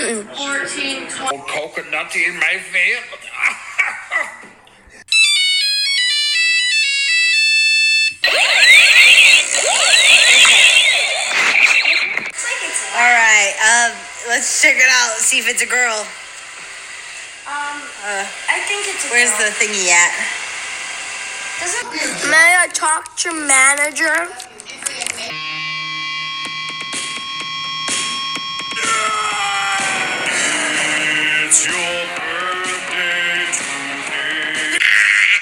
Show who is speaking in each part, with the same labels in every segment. Speaker 1: 14, 20. Coconut in my vein.
Speaker 2: All right, um, let's check it out. See if it's a girl.
Speaker 3: Um, I think it's a
Speaker 2: Where's
Speaker 3: girl.
Speaker 2: the thingy at?
Speaker 3: Doesn't
Speaker 4: May I talk to manager?
Speaker 1: It's your birthday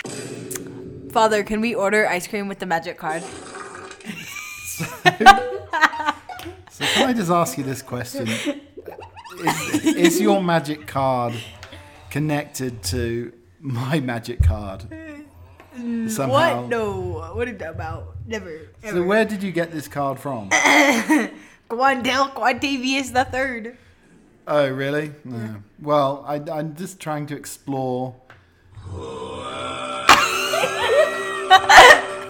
Speaker 1: today.
Speaker 5: Father, can we order ice cream with the magic card?
Speaker 6: So can I just ask you this question? Is, is your magic card connected to my magic card? Somehow.
Speaker 5: Mm, What? No. What are you talking about? Never. Ever.
Speaker 6: So where did you get this card from?
Speaker 5: Guandel Quantavius the Third.
Speaker 6: Oh, really? No. Well, I, I'm just trying to explore.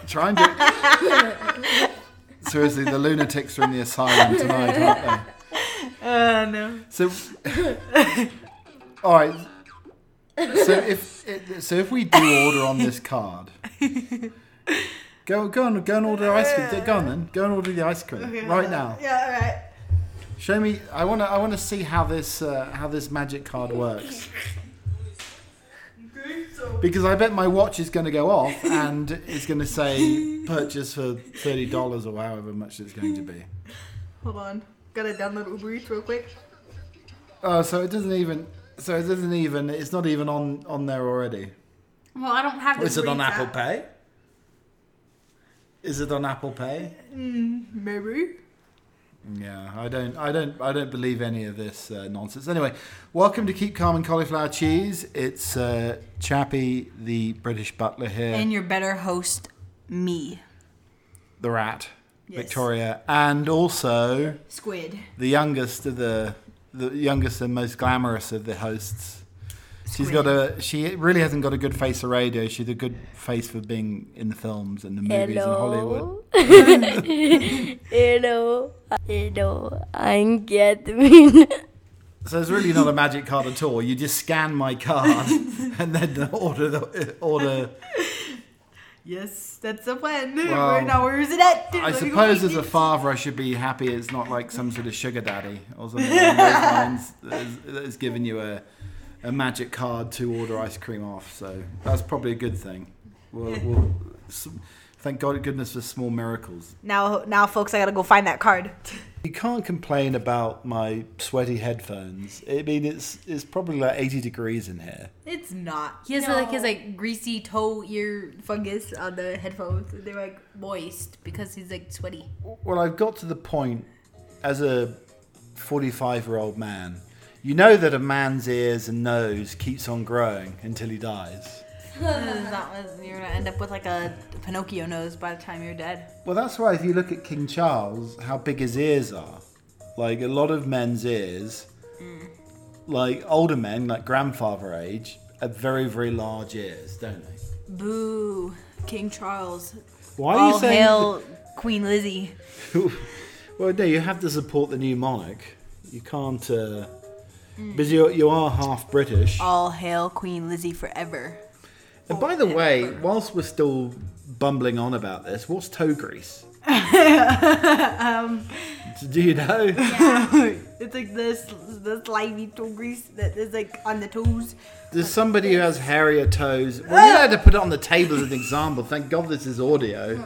Speaker 6: trying to. Seriously, the lunatics are in the asylum tonight, aren't they?
Speaker 5: Oh no.
Speaker 6: So, all right. So if it- so, if we do order on this card, go go on, go and order ice cream. Go on then, go and order the ice cream right
Speaker 5: uh,
Speaker 6: now.
Speaker 5: Yeah. All right.
Speaker 6: Show me. I want to. I want to see how this uh, how this magic card works. Because I bet my watch is going to go off and it's going to say purchase for thirty dollars or however much it's going to be.
Speaker 5: Hold on. Gotta download Uber Eats real quick.
Speaker 6: Oh, so it doesn't even. So it doesn't even. It's not even on on there already.
Speaker 5: Well, I don't have. the
Speaker 6: Is it
Speaker 5: Uber
Speaker 6: on
Speaker 5: Eats
Speaker 6: Apple
Speaker 5: app.
Speaker 6: Pay? Is it on Apple Pay?
Speaker 5: Maybe.
Speaker 6: Yeah, I don't, I don't, I don't believe any of this uh, nonsense. Anyway, welcome to Keep Calm and Cauliflower Cheese. It's uh, Chappie, the British butler here,
Speaker 5: And your better host, me.
Speaker 6: the rat,
Speaker 5: Yes.
Speaker 6: Victoria, and also
Speaker 5: Squid.
Speaker 6: the youngest of the, the youngest and most glamorous of the hosts. She's got a. She really hasn't got a good face for radio. She's a good face for being in the films and the movies in Hollywood.
Speaker 4: Hello. Hello. Hello. I'm Catherine.
Speaker 6: So it's really not a magic card at all. You just scan my card and then order the order.
Speaker 5: Yes, that's the plan.
Speaker 6: Well,
Speaker 5: right now, where is it at? Let
Speaker 6: I
Speaker 5: me go
Speaker 6: suppose
Speaker 5: find
Speaker 6: as a
Speaker 5: it.
Speaker 6: father, I should be happy it's not like some sort of sugar daddy or something along those lines that has- that has given you a, a magic card to order ice cream off. So that's probably a good thing. We'll, we'll, s- thank God, goodness for small miracles.
Speaker 5: Now, now, folks, I gotta go find that card.
Speaker 6: You can't complain about my sweaty headphones. I mean, it's it's probably like 80 degrees in here.
Speaker 5: It's not. He has like his like greasy toe ear fungus on the headphones. They're like moist because he's like sweaty.
Speaker 6: Well, I've got to the point as a 45 year old man. You know that a man's ears and nose keeps on growing until he dies.
Speaker 5: you're gonna end up with like a Pinocchio nose by the time you're dead.
Speaker 6: Well, that's why if you look at King Charles, how big his ears are. Like a lot of men's ears, like older men, like grandfather age, have very, very large ears, don't they?
Speaker 5: Boo, King Charles.
Speaker 6: Why
Speaker 5: All hail Queen Lizzie.
Speaker 6: Well, no, you have to support the new monarch. You can't. Uh, Because you, you are half British.
Speaker 5: All hail Queen Lizzie forever.
Speaker 6: And by the way, whilst we're still bumbling on about this, what's toe grease?
Speaker 5: Um,
Speaker 6: Do you know?
Speaker 5: It's like this, this slimy toe grease that is like on the toes.
Speaker 6: There's somebody who has hairier toes. Well, you had to put it on the table as an example. Thank God this is audio,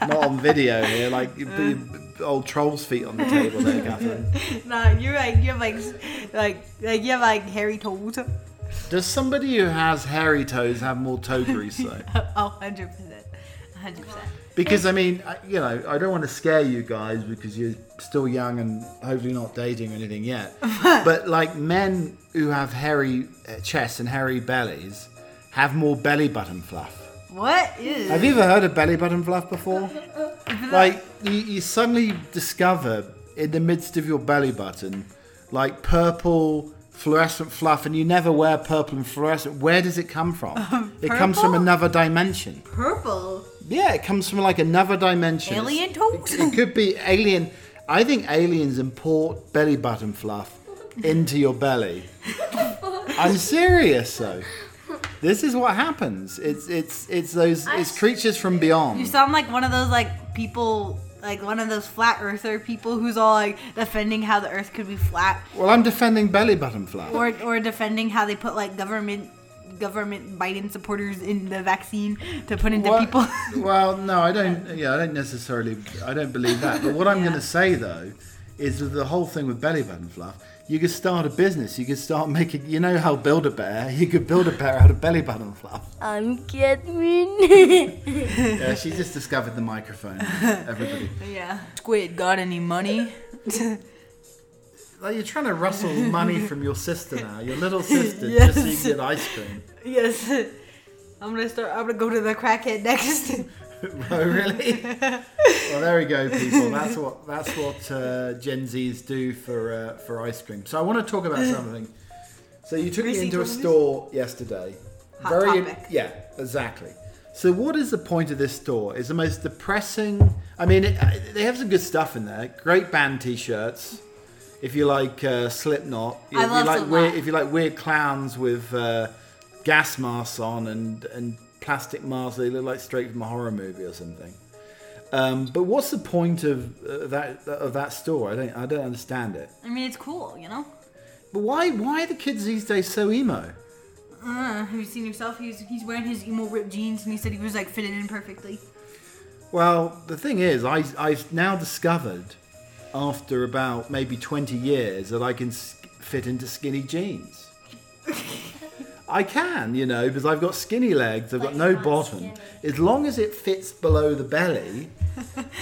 Speaker 6: not on video here. Like you put your old troll's feet on the table there, Catherine.
Speaker 5: Nah, you're like you have like s- like like you have like hairy toes.
Speaker 6: Does somebody who has hairy toes have more toe grease though?
Speaker 5: Oh, 100 percent, hundred percent.
Speaker 6: Because I mean, I- you know, I don't want to scare you guys because you're still young and hopefully not dating or anything yet. but like men who have hairy uh, chests and hairy bellies have more belly button fluff.
Speaker 5: What is?
Speaker 6: Have you ever heard of belly button fluff before?
Speaker 5: Mm-hmm.
Speaker 6: like you, you suddenly discover in the midst of your belly button, like purple fluorescent fluff, and you never wear purple and fluorescent. Where does it come from? it comes from
Speaker 5: purple?
Speaker 6: another dimension.
Speaker 5: purple
Speaker 6: Yeah, it comes from like another dimension.
Speaker 5: alien
Speaker 6: It's-
Speaker 5: toes?
Speaker 6: It could be alien. I think aliens import belly button fluff into your belly. I'm serious though. This is what happens. It's it's it's those it's creatures from beyond.
Speaker 5: You sound like one of those like people, like one of those flat earther people who's all like defending how the earth could be flat,
Speaker 6: Well, I'm defending belly button flap.
Speaker 5: or or defending how they put like government government Biden supporters in the vaccine to put into
Speaker 6: Well-
Speaker 5: people.
Speaker 6: well, no, I don't. Yeah, I don't necessarily. I don't believe that. But what I'm going to say though is that the whole thing with belly button fluff. You could start a business. You could start making. You know how build a bear. You could build a bear out of belly button fluff.
Speaker 4: I'm Catherine.
Speaker 6: Yeah, she just discovered the microphone. Everybody,
Speaker 5: yeah. Squid, got any money?
Speaker 6: like you're trying to rustle money from your sister now, your little sister, just so you can get ice cream.
Speaker 5: yes. I'm gonna start. I'm gonna go to the crackhead next.
Speaker 6: Oh really? well, there we go, people. That's what that's what uh, Gen Zs do for uh, for ice cream. So I want to talk about something. So you took me
Speaker 5: Greasy
Speaker 6: into a
Speaker 5: toys?
Speaker 6: store yesterday.
Speaker 5: Hot topic.
Speaker 6: Yeah, exactly. So what is the point of this store? It's the most depressing. I mean, it, I- they have some good stuff in there. Great band T-shirts. If you like uh, Slipknot, if you
Speaker 5: love
Speaker 6: like
Speaker 5: Slipknot.
Speaker 6: weird, if you like weird clowns with uh, gas masks on and and plastic masks, they look like straight from a horror movie or something. Um, but what's the point of uh, that of that store? I don't I don't understand it.
Speaker 5: I mean, it's cool, you know.
Speaker 6: But why why are the kids these days so emo?
Speaker 5: Uh, have you seen himself? He's he's wearing his emo ripped jeans, and he said he was like fitted in perfectly.
Speaker 6: Well, the thing is, I I've now discovered after about maybe twenty years that I can s- fit into skinny jeans. I can, you know, because I've got skinny legs. I've got
Speaker 4: But
Speaker 6: no
Speaker 4: you're not
Speaker 6: bottom.
Speaker 4: skinny.
Speaker 6: As long as it fits below the belly.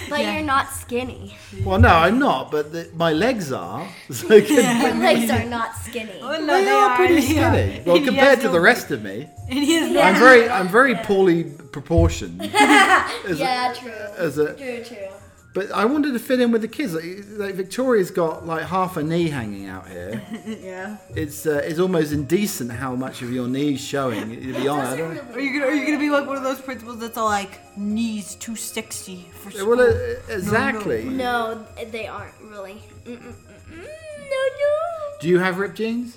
Speaker 4: But you're not skinny.
Speaker 6: Well, no, I'm not, but the, my legs are. So it can
Speaker 4: Your legs are not skinny.
Speaker 5: no,
Speaker 6: Oh, they, are, pretty skinny. Well,
Speaker 5: And he
Speaker 6: compared
Speaker 5: has
Speaker 6: to
Speaker 5: no-
Speaker 6: the rest of me,
Speaker 5: And he has
Speaker 6: I'm very, I'm very poorly proportioned. as
Speaker 4: Yeah, true.
Speaker 6: A, as a,
Speaker 4: True, true.
Speaker 6: but I wanted to fit in with the kids. Like, like Victoria's got like half a knee hanging out here.
Speaker 5: no. Yeah.
Speaker 6: It's, uh, it's almost indecent how much of your knee's showing. To be honest, I don't-
Speaker 5: Are you gonna are you gonna be like one of those principals that's all like knees too sexy for school?
Speaker 6: well, uh, exactly.
Speaker 4: No, they aren't really. Mm, Mm-mm, mm-mm, no,
Speaker 6: Do you have ripped jeans?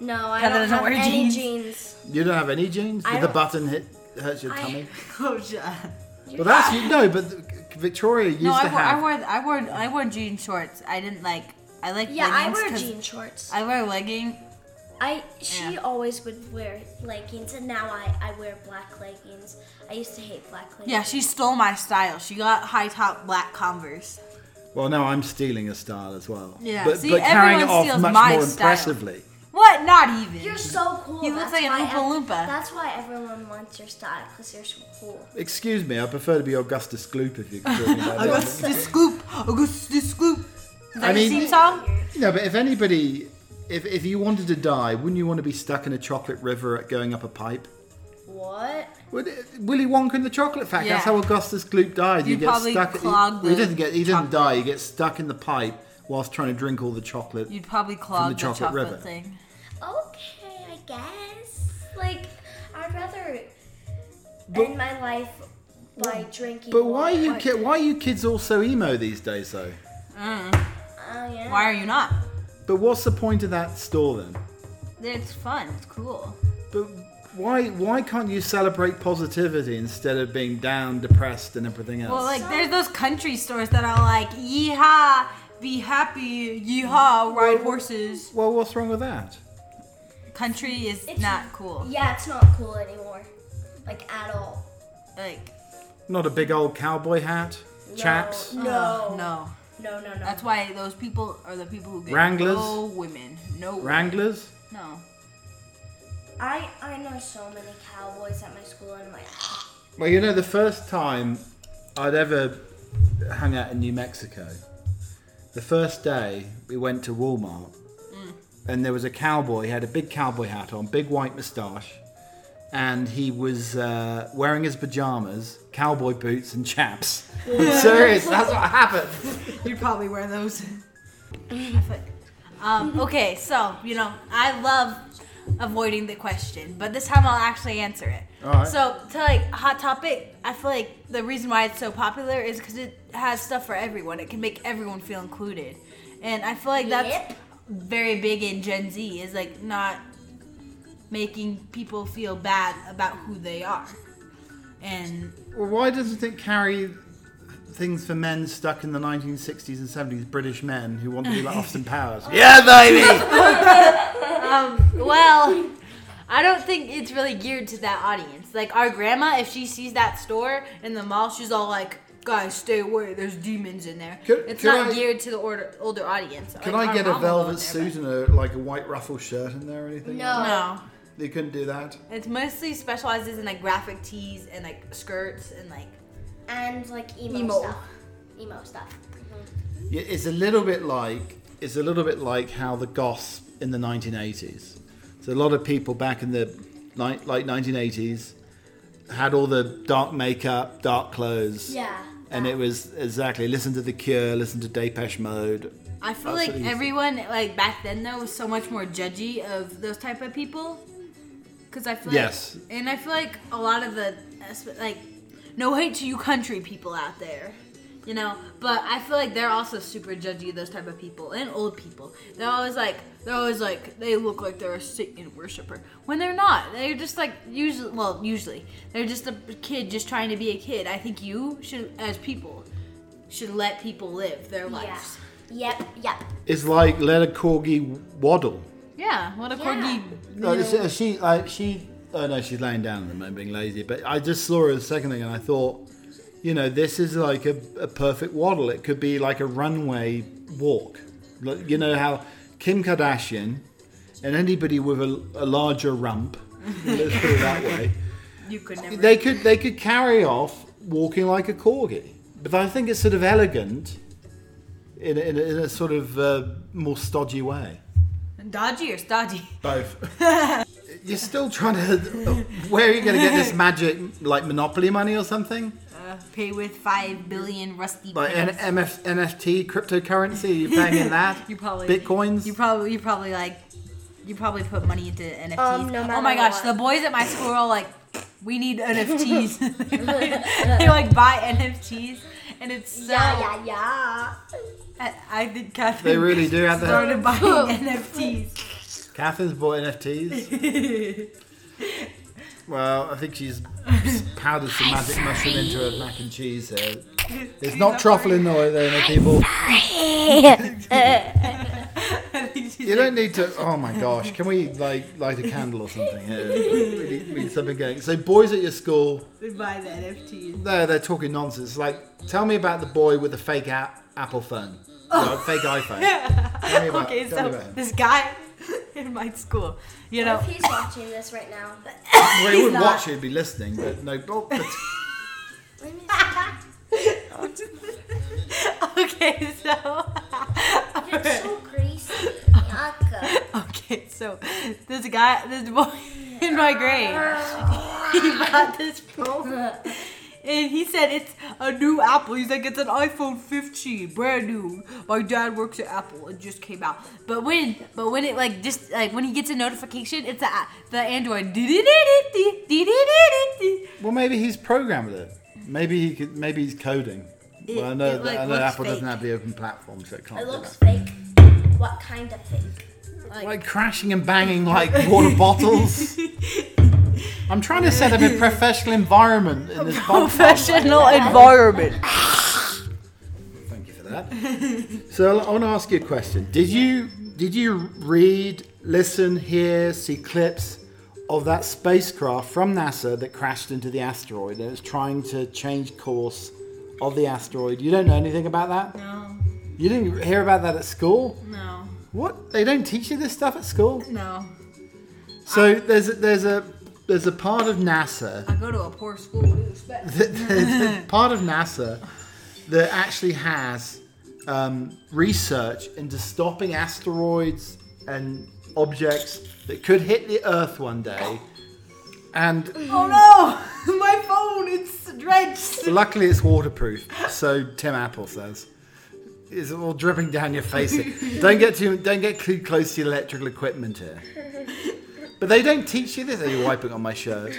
Speaker 4: no. No, I
Speaker 5: Heather
Speaker 4: don't have
Speaker 5: doesn't wear
Speaker 4: any
Speaker 5: jeans.
Speaker 4: jeans.
Speaker 6: You don't have any jeans.
Speaker 4: I
Speaker 6: Did the
Speaker 4: don't-
Speaker 6: button hit hurts your
Speaker 4: I-
Speaker 6: tummy?
Speaker 5: oh, shit.
Speaker 6: Well,
Speaker 7: Ah,
Speaker 6: that's you no, but Victoria used
Speaker 5: No, I
Speaker 6: to
Speaker 5: wore,
Speaker 6: have.
Speaker 5: I wore I wore I wore jean shorts. I didn't like I like
Speaker 7: Yeah, I
Speaker 5: leggings
Speaker 7: wear
Speaker 5: 'cause
Speaker 7: jean shorts.
Speaker 5: I wear legging.
Speaker 7: I she
Speaker 5: Yeah.
Speaker 7: always would wear leggings, and now I I wear black leggings. I used to hate black leggings.
Speaker 5: Yeah, she stole my style. She got high top black Converse.
Speaker 6: Well, no, I'm stealing a style as well.
Speaker 5: Yeah,
Speaker 6: but,
Speaker 5: see,
Speaker 6: but carrying it
Speaker 5: everyone
Speaker 6: off
Speaker 5: steals
Speaker 6: much
Speaker 5: my
Speaker 6: more
Speaker 5: style.
Speaker 6: impressively.
Speaker 5: What? Not even.
Speaker 7: You're so cool.
Speaker 5: He looks
Speaker 7: that's
Speaker 5: like an
Speaker 7: why
Speaker 5: Oompa
Speaker 7: ev-
Speaker 5: Loompa.
Speaker 7: That's why everyone wants your style because you're so cool.
Speaker 6: Excuse me, I prefer to be Augustus Gloop if you're talking about that.
Speaker 5: Augustus Gloop. Augustus Gloop. Is that
Speaker 6: I
Speaker 5: your
Speaker 6: mean-
Speaker 5: theme song?
Speaker 6: No, but if anybody, if, if you wanted to die, wouldn't you want to be stuck in a chocolate river at going up a pipe?
Speaker 7: What?
Speaker 6: Would it, Willy Wonka in the Chocolate Factory? That's
Speaker 5: Yeah.
Speaker 6: how Augustus Gloop died.
Speaker 5: You'd probably
Speaker 6: He,
Speaker 5: clog
Speaker 6: well, he
Speaker 5: the
Speaker 6: didn't get. He didn't
Speaker 5: chocolate.
Speaker 6: die. He gets stuck in the pipe whilst trying to drink all the chocolate.
Speaker 5: You'd probably clog the
Speaker 6: Chocolate
Speaker 5: chocolate,
Speaker 6: River.
Speaker 5: thing.
Speaker 7: Okay, I guess. Like, I'd rather
Speaker 6: But-
Speaker 7: end my life by drinking.
Speaker 6: But why are you
Speaker 7: water.
Speaker 6: ki- why are you kids all so emo these days though?
Speaker 7: Oh, yeah.
Speaker 5: Why are you not?
Speaker 6: But what's the point of that store then?
Speaker 5: It's fun. It's cool.
Speaker 6: But why why can't you celebrate positivity instead of being down, depressed, and everything else?
Speaker 5: Well, like there's those country stores that are like, yeehaw, be happy, yeehaw, ride horses.
Speaker 6: well, what's wrong with that?
Speaker 5: Country is
Speaker 7: It's-
Speaker 5: not cool.
Speaker 7: Yeah, it's not cool anymore. Like, at all.
Speaker 5: Like
Speaker 6: Not a big old cowboy hat, chaps.
Speaker 7: No.
Speaker 5: no,
Speaker 7: No, no,
Speaker 5: uh, no.
Speaker 7: no. no,
Speaker 5: That's why those people are the people who get
Speaker 6: Wranglers?
Speaker 5: no women, no women.
Speaker 6: Wranglers.
Speaker 5: No.
Speaker 7: I, I know so many cowboys at my school, and I'm like,
Speaker 6: Well, you know, the first time I'd ever hung out in New Mexico, the first day we went to Walmart, and there was a cowboy. He had a big cowboy hat on, big white moustache, and he was uh, wearing his pajamas, cowboy boots, and chaps. I'm serious, that's what happened.
Speaker 5: You'd probably wear those. um, okay, so you know, I love avoiding the question, but this time I'll actually answer it.
Speaker 6: Alright.
Speaker 5: So to like hot topic, I feel like the reason why it's so popular is because it has stuff for everyone. It can make everyone feel included, and I feel like that's
Speaker 7: Yep.
Speaker 5: very big in Gen Z is like not making people feel bad about who they are. And
Speaker 6: Well, why doesn't it carry things for men stuck in the 1960s and 70s British men who want to be like Austin Powers? Yeah, baby!
Speaker 5: well, I don't think it's really geared to that audience. Like our grandma, if she sees that store in the mall, she's all like, "Guys, stay away. There's demons in there."
Speaker 6: Could-
Speaker 5: it's
Speaker 6: could
Speaker 5: not
Speaker 6: I-
Speaker 5: geared to the order, older audience.
Speaker 6: Can
Speaker 5: Like,
Speaker 6: I
Speaker 5: our
Speaker 6: get a
Speaker 5: mom will go in
Speaker 6: velvet
Speaker 5: there,
Speaker 6: suit and a, like a white ruffle shirt in there or anything?
Speaker 5: but-
Speaker 4: No.
Speaker 5: No,
Speaker 6: You couldn't do that?
Speaker 5: it's mostly specializes in like graphic tees and like skirts and like
Speaker 7: And like emo,
Speaker 5: Emo.
Speaker 7: stuff. Emo stuff.
Speaker 6: Yeah, It's a little bit like it's a little bit like how the goths in the 1980s. So a lot of people back in the ni- late 1980s had all the dark makeup, dark clothes.
Speaker 7: Yeah.
Speaker 6: And it was exactly listen to The Cure, listen to Depeche Mode.
Speaker 5: I feel
Speaker 6: That's
Speaker 5: like
Speaker 6: what he's-
Speaker 5: everyone like back then though was so much more judgy of those type of people. Cause I feel
Speaker 6: Yes.
Speaker 5: like, and I feel like a lot of the like no hate to you country people out there, you know. But I feel like they're also super judgy of those type of people and old people. They're always like they're always like they look like they're a Satan worshiper when they're not. They're just like usually well usually they're just a kid just trying to be a kid. I think you should as people should let people live their
Speaker 7: Yeah.
Speaker 5: lives.
Speaker 7: Yep. Yep.
Speaker 6: It's like let a corgi waddle.
Speaker 5: Yeah, what a corgi.
Speaker 6: No, she, she, I, she, oh no, she's laying down at the moment being lazy. But I just saw her the second thing and I thought, you know, this is like a, a perfect waddle. It could be like a runway walk. Like, you know how Kim Kardashian and anybody with a, a larger rump, let's put it that way,
Speaker 5: You could never.
Speaker 6: they could they could carry off walking like a corgi. But I think it's sort of elegant in a, in a, in a sort of uh, more stodgy way.
Speaker 5: Dodgy or stodgy?
Speaker 6: Both. You're still trying to. Where are you going to get this magic, like Monopoly money or something?
Speaker 5: Pay with five billion rusty.
Speaker 6: Like N-
Speaker 5: pennies.
Speaker 6: MF, NFT, cryptocurrency? Are you paying in that?
Speaker 5: you probably
Speaker 6: Bitcoins?
Speaker 5: You probably you probably like you probably put money into NFTs.
Speaker 7: Um, no
Speaker 5: oh my
Speaker 7: matter
Speaker 5: gosh,
Speaker 7: what.
Speaker 5: the boys at my school are all like, we need NFTs. they, like, they like buy NFTs, and it's so.
Speaker 7: Yeah. Yeah. Yeah.
Speaker 5: I, I think Catherine.
Speaker 6: They really do have that.
Speaker 5: started buying NFTs.
Speaker 6: Catherine's bought NFTs. well, I think she's powdered some magic mushroom into her mac and cheese here. It's not truffle in there, though, people.
Speaker 5: I think she's
Speaker 6: You
Speaker 5: like,
Speaker 6: don't need to. Oh my gosh! Can we like light a candle or something here? We need, we need something going. So, boys at your school,
Speaker 5: we buy the NFTs.
Speaker 6: they're they're talking nonsense. Like, tell me about the boy with the fake app, Apple phone, No, fake iPhone. Tell me about,
Speaker 5: Oh. Okay,
Speaker 6: tell
Speaker 5: so
Speaker 6: me about him.
Speaker 5: this guy in my school, you know,
Speaker 7: If he's watching this right now.
Speaker 6: Well, he wouldn't
Speaker 5: not-
Speaker 6: watch it; he'd be listening. But no, oh, but
Speaker 7: Let me
Speaker 5: okay, so
Speaker 7: You're so greasy. Yuck.
Speaker 5: okay, so this guy, this boy in my grade, he bought this phone, and he said it's a new Apple. He's like, it's an iPhone 15, brand new. My dad works at Apple. It just came out. But when, but when it like just like when he gets a notification, it's a, the Android.
Speaker 6: well, maybe he's programmed it. Maybe he could. Maybe he's coding. well, I
Speaker 5: It-
Speaker 6: know
Speaker 5: it,
Speaker 6: that
Speaker 5: like,
Speaker 6: I know
Speaker 5: looks
Speaker 6: Apple doesn't
Speaker 5: fake.
Speaker 6: have the open platform, so it can't.
Speaker 7: It
Speaker 6: do
Speaker 7: looks
Speaker 6: that.
Speaker 7: fake. What kind of fake?
Speaker 6: like crashing and banging like water bottles. I'm trying to set up a professional environment in this bonfire.
Speaker 5: Professional environment.
Speaker 6: Thank you for that. So I want to ask you a question. Did you did you read, listen, hear, see clips of that spacecraft from NASA that crashed into the asteroid and was trying to change course of the asteroid? You don't know anything about that?
Speaker 5: No,
Speaker 6: You didn't hear about that at school?
Speaker 5: no,
Speaker 6: What? They don't teach you this stuff at school?
Speaker 5: no.
Speaker 6: So there's a, there's a there's a part of NASA
Speaker 5: I go to a poor school. What do you expect?
Speaker 6: that- that- part of NASA that actually has um, research into stopping asteroids and objects that could hit the Earth one day. And
Speaker 5: Oh no! My phone, it's drenched.
Speaker 6: luckily, it's waterproof. So Tim Apple says. Is all dripping down your face. here. don't get too don't get too close to the electrical equipment here. But they don't teach you this. Are you wiping on my shirt?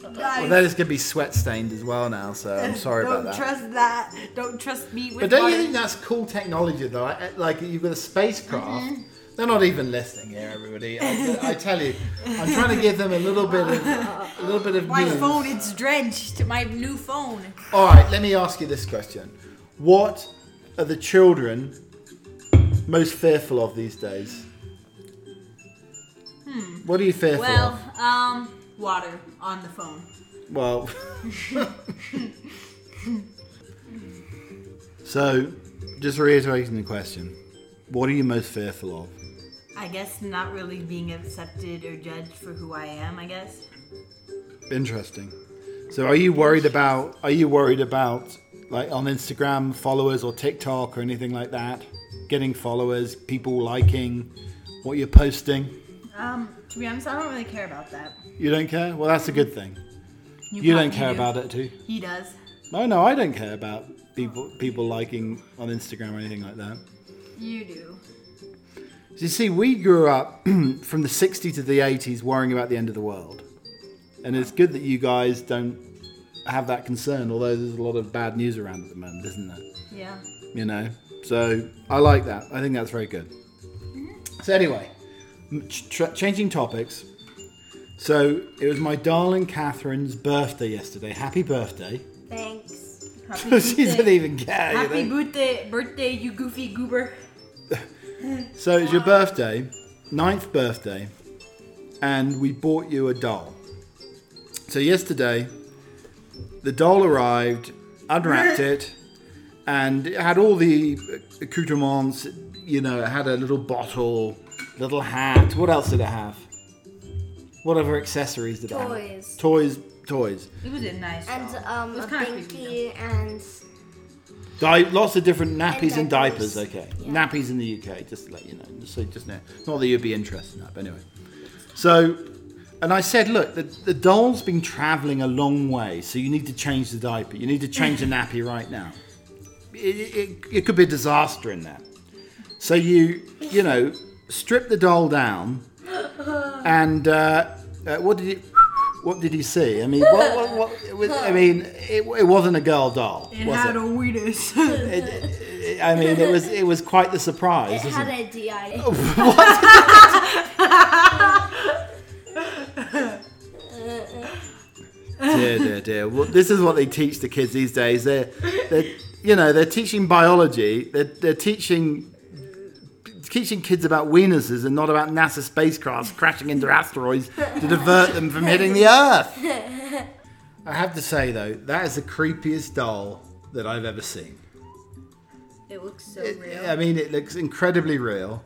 Speaker 6: Well, that is going to be sweat stained as well now, so I'm sorry
Speaker 5: Don't
Speaker 6: about that.
Speaker 5: trust that. Don't trust me with
Speaker 6: But don't you
Speaker 5: water.
Speaker 6: think that's cool technology though? I- Like you've got a spacecraft. They're not even listening here, everybody. I, I tell you, I'm trying to give them a little bit of a little bit of
Speaker 5: My
Speaker 6: news.
Speaker 5: phone, it's drenched. My new phone.
Speaker 6: All right, let me ask you this question: What are the children most fearful of these days? What are you fearful
Speaker 5: Well, um, water on the phone.
Speaker 6: of? Well. so, just reiterating the question: What are you most fearful of?
Speaker 5: I guess not really being accepted or judged for who I am, I guess.
Speaker 6: Interesting. So are you worried about are you worried about like on Instagram followers or TikTok or anything like that? Getting followers, people liking what you're posting?
Speaker 5: Um, to be honest, I don't really care about that.
Speaker 6: You don't care? Well that's a good thing. You don't care about it too.
Speaker 5: He does.
Speaker 6: No, no, I don't care about people people liking on Instagram or anything like that.
Speaker 5: You do.
Speaker 6: So you see, we grew up from the 60s to the 80s worrying about the end of the world. And it's good that you guys don't have that concern, although there's a lot of bad news around at the moment, isn't there?
Speaker 5: Yeah.
Speaker 6: you know. So I like that. I think that's very good.
Speaker 5: Mm-hmm.
Speaker 6: So anyway, m- ch- tra- changing topics. So it was my darling Catherine's birthday yesterday. Happy birthday!
Speaker 4: Thanks.
Speaker 5: Happy
Speaker 6: she
Speaker 5: birthday.
Speaker 6: didn't even care. you
Speaker 5: Happy
Speaker 6: know?
Speaker 5: birthday, birthday, you goofy goober.
Speaker 6: so it's your birthday, ninth birthday, and we bought you a doll. So yesterday, the doll arrived, unwrapped it, and it had all the accoutrements. You know, it had a little bottle, little hat. What else did it have? Whatever accessories did it
Speaker 4: Toys.
Speaker 6: have? Toys. Toys.
Speaker 5: It was a nice.
Speaker 4: And
Speaker 5: doll. It
Speaker 4: um,
Speaker 5: was
Speaker 4: a
Speaker 5: kinda creepy,
Speaker 4: binky and
Speaker 6: Di- lots of different nappies and
Speaker 4: And
Speaker 6: diapers.
Speaker 4: diapers.
Speaker 6: Okay, nappies in the UK. Just to let you know. Just so just know. Not that you'd be interested in that, but anyway. So, and I said, look, the, the doll's been travelling a long way, so you need to change the diaper. You need to change the nappy right now. It, it, it could be a disaster in there. So you you know strip the doll down, and uh, uh, what did you? What did you see? I mean, what, what, what, it was- I mean, it, it wasn't a girl doll.
Speaker 5: It
Speaker 6: was
Speaker 5: had
Speaker 6: it?
Speaker 5: a weenus.
Speaker 6: I mean, it was it was quite the surprise.
Speaker 7: It
Speaker 6: isn't
Speaker 7: had
Speaker 6: it?
Speaker 7: a DI.
Speaker 5: Oh.
Speaker 6: dear, dear, dear. Well, this is what they teach the kids these days. They're, they're you know, they're teaching biology. They're, they're teaching teaching kids about weenuses and not about NASA spacecrafts crashing into asteroids to divert them from hitting the Earth. I have to say though, that is the creepiest doll that I've ever seen.
Speaker 5: it looks so
Speaker 6: It-
Speaker 5: real.
Speaker 6: I mean, it looks incredibly real.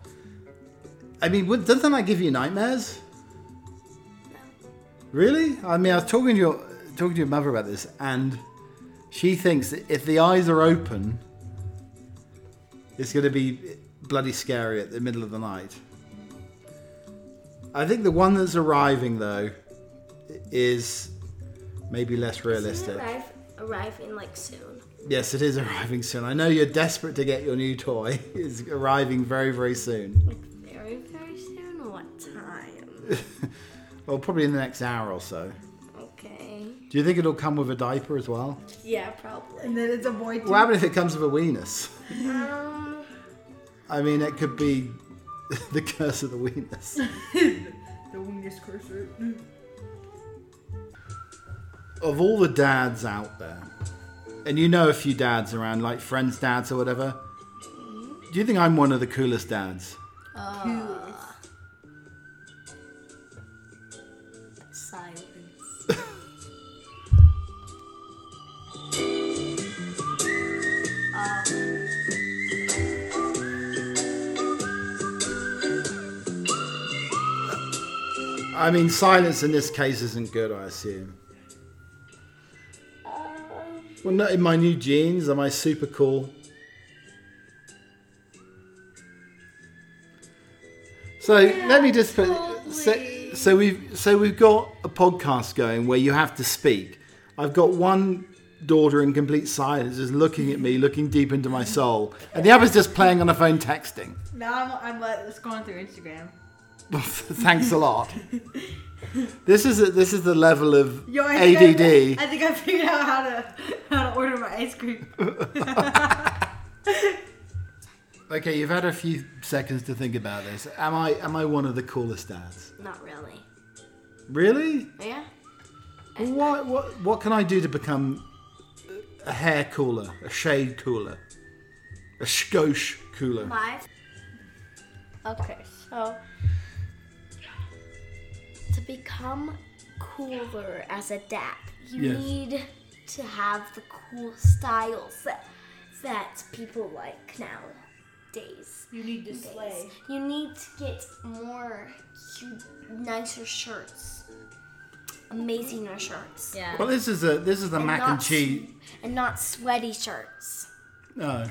Speaker 6: I mean, would- doesn't that give you nightmares? Really? I mean, I was talking to your talking to your mother about this, and she thinks that if the eyes are open, it's going to be bloody scary at the middle of the night. I think the one that's arriving though is maybe less realistic.
Speaker 4: arrive arrive in like soon.
Speaker 6: Yes, it is arriving soon. I know you're desperate to get your new toy. It's arriving very, very soon.
Speaker 4: Like very very soon. What time?
Speaker 6: Well, probably in the next hour or so.
Speaker 4: Okay.
Speaker 6: Do you think it'll come with a diaper as well?
Speaker 4: Yeah, probably.
Speaker 5: and then it's a boy too.
Speaker 6: What happened if it comes with a weenus?
Speaker 4: Um,
Speaker 6: I mean, it could be the curse of the weenus.
Speaker 5: the weenus cursor.
Speaker 6: of all the dads out there, and you know a few dads around, like friends' dads or whatever, do you think I'm one of the coolest dads?
Speaker 4: silence.
Speaker 6: I mean, silence in this case isn't good, I assume. Well, not in my new jeans. Am I super cool? So let me just put. So, so we've so we've got a podcast going where you have to speak. I've got one daughter in complete silence, just looking at me, looking deep into my soul, and the other's just playing on her phone, texting.
Speaker 5: Now I'm, I'm like, scrolling through Instagram.
Speaker 6: Thanks a lot. This is this is the level of
Speaker 5: Yo, I think
Speaker 6: ADD.
Speaker 5: I, I think I figured out how to how to order my ice cream.
Speaker 6: Okay, you've had a few seconds to think about this. Am I am I one of the coolest dads?
Speaker 4: Not really.
Speaker 6: Really?
Speaker 4: Yeah.
Speaker 6: Well, what what what can I do to become a hair cooler, a shade cooler, a skosh cooler?
Speaker 4: Live. Okay, so to become cooler as a dad, you
Speaker 6: Yes.
Speaker 4: need to have the cool styles that, that people like nowadays.
Speaker 5: You need to
Speaker 4: You need to get more cute, nicer shirts, amazinger shirts,
Speaker 5: Mm. Yeah.
Speaker 6: Well, this is a this is a mac and
Speaker 4: not-
Speaker 6: cheese.
Speaker 4: and not sweaty shirts.
Speaker 6: No.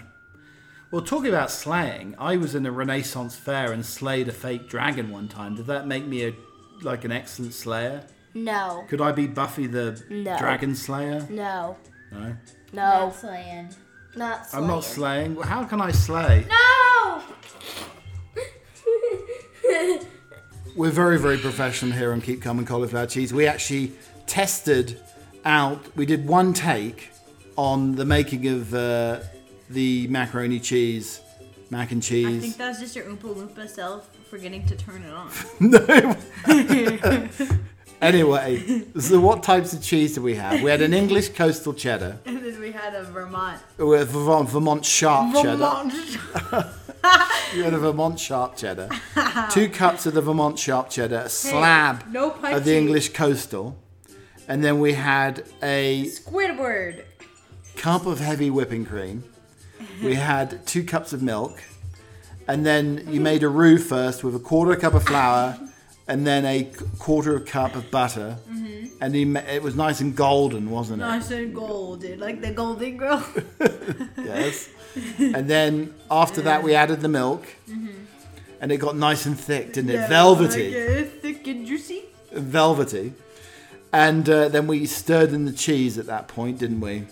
Speaker 6: Well, talking about slaying, I was in a Renaissance fair and slayed a fake dragon one time. Did that make me a like an excellent slayer?
Speaker 4: No,
Speaker 6: Could I be Buffy the
Speaker 4: No.
Speaker 6: Dragon Slayer?
Speaker 4: no,
Speaker 6: No.
Speaker 4: no,
Speaker 2: Slaying.
Speaker 4: not.
Speaker 6: I'm not
Speaker 4: slaying.
Speaker 6: slaying. How can I slay?
Speaker 4: No!
Speaker 6: We're very, very professional here on Keep Coming Cauliflower Cheese. We actually tested out, we did one take on the making of uh, the macaroni cheese, mac and
Speaker 5: I
Speaker 6: cheese.
Speaker 5: think that was just your Oompa Loompa self forgetting to turn it on.
Speaker 6: No. anyway, so what types of cheese do we have? We had an English coastal cheddar,
Speaker 5: and then we had a Vermont.
Speaker 6: we had Vermont, Vermont sharp cheddar.
Speaker 5: Vermont.
Speaker 6: We had a Vermont sharp cheddar. Two cups of the Vermont sharp cheddar, a slab
Speaker 5: no
Speaker 6: of the
Speaker 5: punchy.
Speaker 6: English coastal, and then we had a
Speaker 5: Squidward.
Speaker 6: cup of heavy whipping cream. We had two cups of milk, and then you made a roux first with a quarter cup of flour, and then a qu- quarter cup of butter, and you, ma- it was nice and golden, wasn't it?
Speaker 5: Mm-hmm. Nice and golden, like the Golden Girl.
Speaker 6: Yes. and then after that, we added the milk, and it got nice and thick, didn't it? Velvety,
Speaker 5: Mm-hmm. Like, uh, thick and juicy.
Speaker 6: velvety. And uh, then we stirred in the cheese at that point, didn't we?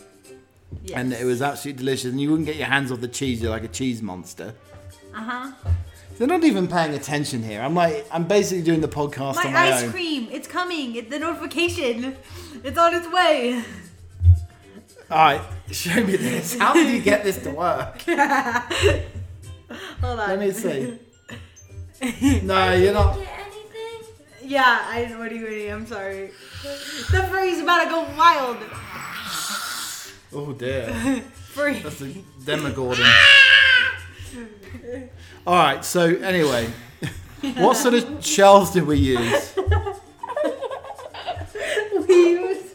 Speaker 5: Yes.
Speaker 6: And it was absolutely delicious. And you wouldn't get your hands off the cheese. You're like a cheese monster.
Speaker 5: Uh huh.
Speaker 6: They're not even paying attention here. I'm like, I'm basically doing the podcast
Speaker 5: My
Speaker 6: on my
Speaker 5: ice
Speaker 6: own.
Speaker 5: cream, it's coming. It, the notification, it's on its way.
Speaker 6: All right, show me this. How did you get this to work?
Speaker 5: Hold on.
Speaker 6: Let me see. No, you're not.
Speaker 5: Yeah, I didn't. What do you mean? I'm sorry. The furry's about to go wild.
Speaker 6: Oh dear.
Speaker 5: Furry.
Speaker 6: That's a Demogorgon. All right. So anyway, what sort of shells did we use?
Speaker 5: We used-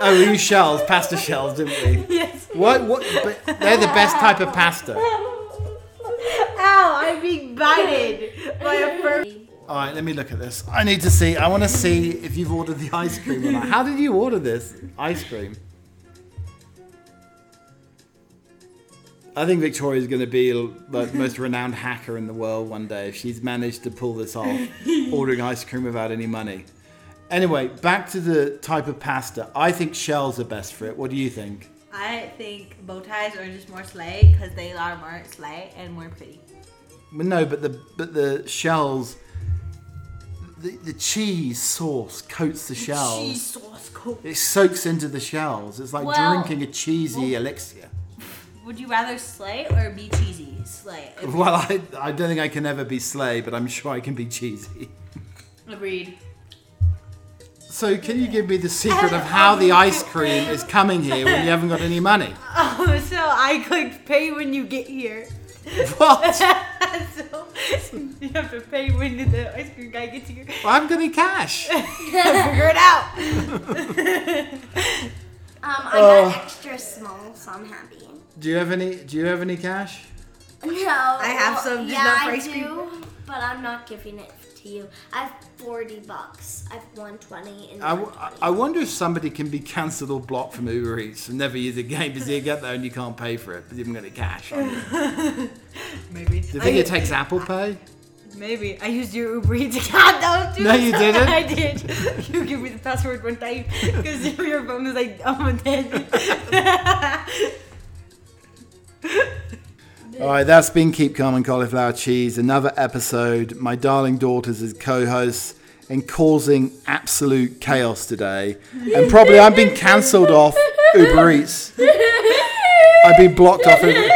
Speaker 6: Oh, we used shells, pasta shells, didn't we?
Speaker 5: yes.
Speaker 6: What? What? But they're the best type of pasta. All
Speaker 5: Ow! I'm being bited by a furry.
Speaker 6: right. Let me look at this. I need to see. I want to see if you've ordered the ice cream or not. How did you order this ice cream? I think Victoria's going to be like the most renowned hacker in the world one day if she's managed to pull this off, ordering ice cream without any money. Anyway, back to the type of pasta. I think shells are best for it. What do you think?
Speaker 5: I think bow ties are just more slay because they are more slay and more pretty.
Speaker 6: Well, no, but the but the shells, the, the cheese sauce coats the shells.
Speaker 5: Cheese sauce coat.
Speaker 6: It soaks into the shells. It's like
Speaker 5: Well-
Speaker 6: drinking a cheesy elixir.
Speaker 5: Would you rather slay or be cheesy? Slay.
Speaker 6: Well, I, I don't think I can ever be sleigh, but I'm sure I can be cheesy.
Speaker 5: Agreed.
Speaker 6: So, can you give me the secret of how the ice cream is coming here when you haven't got any money?
Speaker 5: Oh, so I clicked pay when you get here.
Speaker 6: What?
Speaker 5: so you have to pay when the ice cream guy gets here.
Speaker 6: I haven't got any cash.
Speaker 5: Figure it out.
Speaker 4: Um, I
Speaker 6: Oh.
Speaker 4: got extra small, so I'm happy.
Speaker 6: Do you have any? Do you have any cash?
Speaker 7: No.
Speaker 5: I have some, just
Speaker 7: Yeah,
Speaker 5: not for
Speaker 7: I
Speaker 5: ice cream.
Speaker 7: do, but I'm not giving it to you. I have 40 bucks. I have 120 and
Speaker 6: I, w- I wonder if somebody can be cancelled or blocked from Uber Eats and never use it again because you get there and you can't pay for it because you haven't got any cash. Do you
Speaker 5: Maybe.
Speaker 6: think it takes Apple Pay?
Speaker 5: Maybe. I used your Uber Eats account though, too.
Speaker 6: No, you didn't.
Speaker 5: I did. You gave me the password one time because your phone was like, I'm dead.
Speaker 6: All right, that's been Keep Calm and Cauliflower Cheese, another episode. My darling daughters as co hosts. and causing absolute chaos today. And probably I've been cancelled off Uber Eats. I've been blocked off Uber.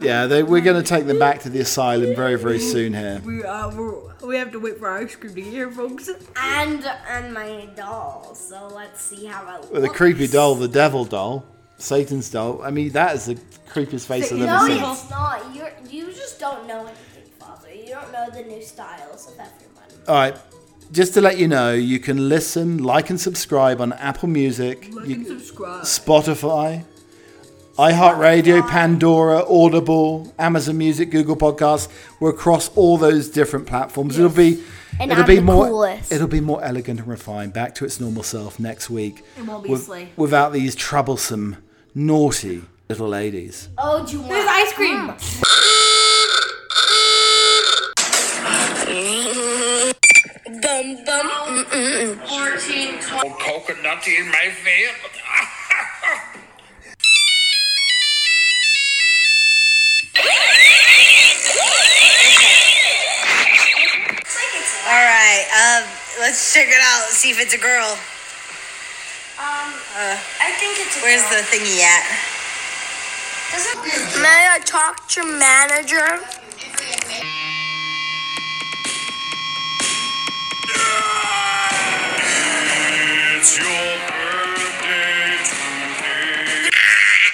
Speaker 6: Yeah, they, we're going to take them back to the asylum very, very soon here.
Speaker 5: We, uh, we're, we have to wait for our ice cream to get here, folks.
Speaker 7: And and my doll. So let's see how it
Speaker 6: With a
Speaker 7: looks.
Speaker 6: creepy doll, the devil doll, Satan's doll. I mean, that is the creepiest face I've
Speaker 7: No,
Speaker 6: ever seen.
Speaker 7: it's not. You you just don't know anything, Father. You don't know the new styles of everyone.
Speaker 6: All right. Just to let you know, you can listen, like, and subscribe on Apple Music, you-
Speaker 5: Fucking subscribe.
Speaker 6: Spotify, iHeartRadio, Pandora, Audible, Amazon Music, Google Podcasts. We're across all those different platforms. It'll be
Speaker 7: And
Speaker 6: it'll
Speaker 7: I'm
Speaker 6: be
Speaker 7: the
Speaker 6: more
Speaker 7: coolest.
Speaker 6: it'll be more elegant and refined, back to its normal self next week.
Speaker 5: It won't be
Speaker 6: with-
Speaker 5: silly.
Speaker 6: without these troublesome, naughty little ladies.
Speaker 7: Oh, do you
Speaker 5: There's
Speaker 7: want? Mm.
Speaker 5: ice cream.
Speaker 2: Bum, bum.
Speaker 3: 14,
Speaker 1: Old coconut in my veil.
Speaker 2: All right. Um, let's check it out. See if it's a girl.
Speaker 3: Um, I think it's a
Speaker 2: Where's
Speaker 3: girl.
Speaker 2: the thingy at?
Speaker 3: Doesn't
Speaker 7: May I talk to manager?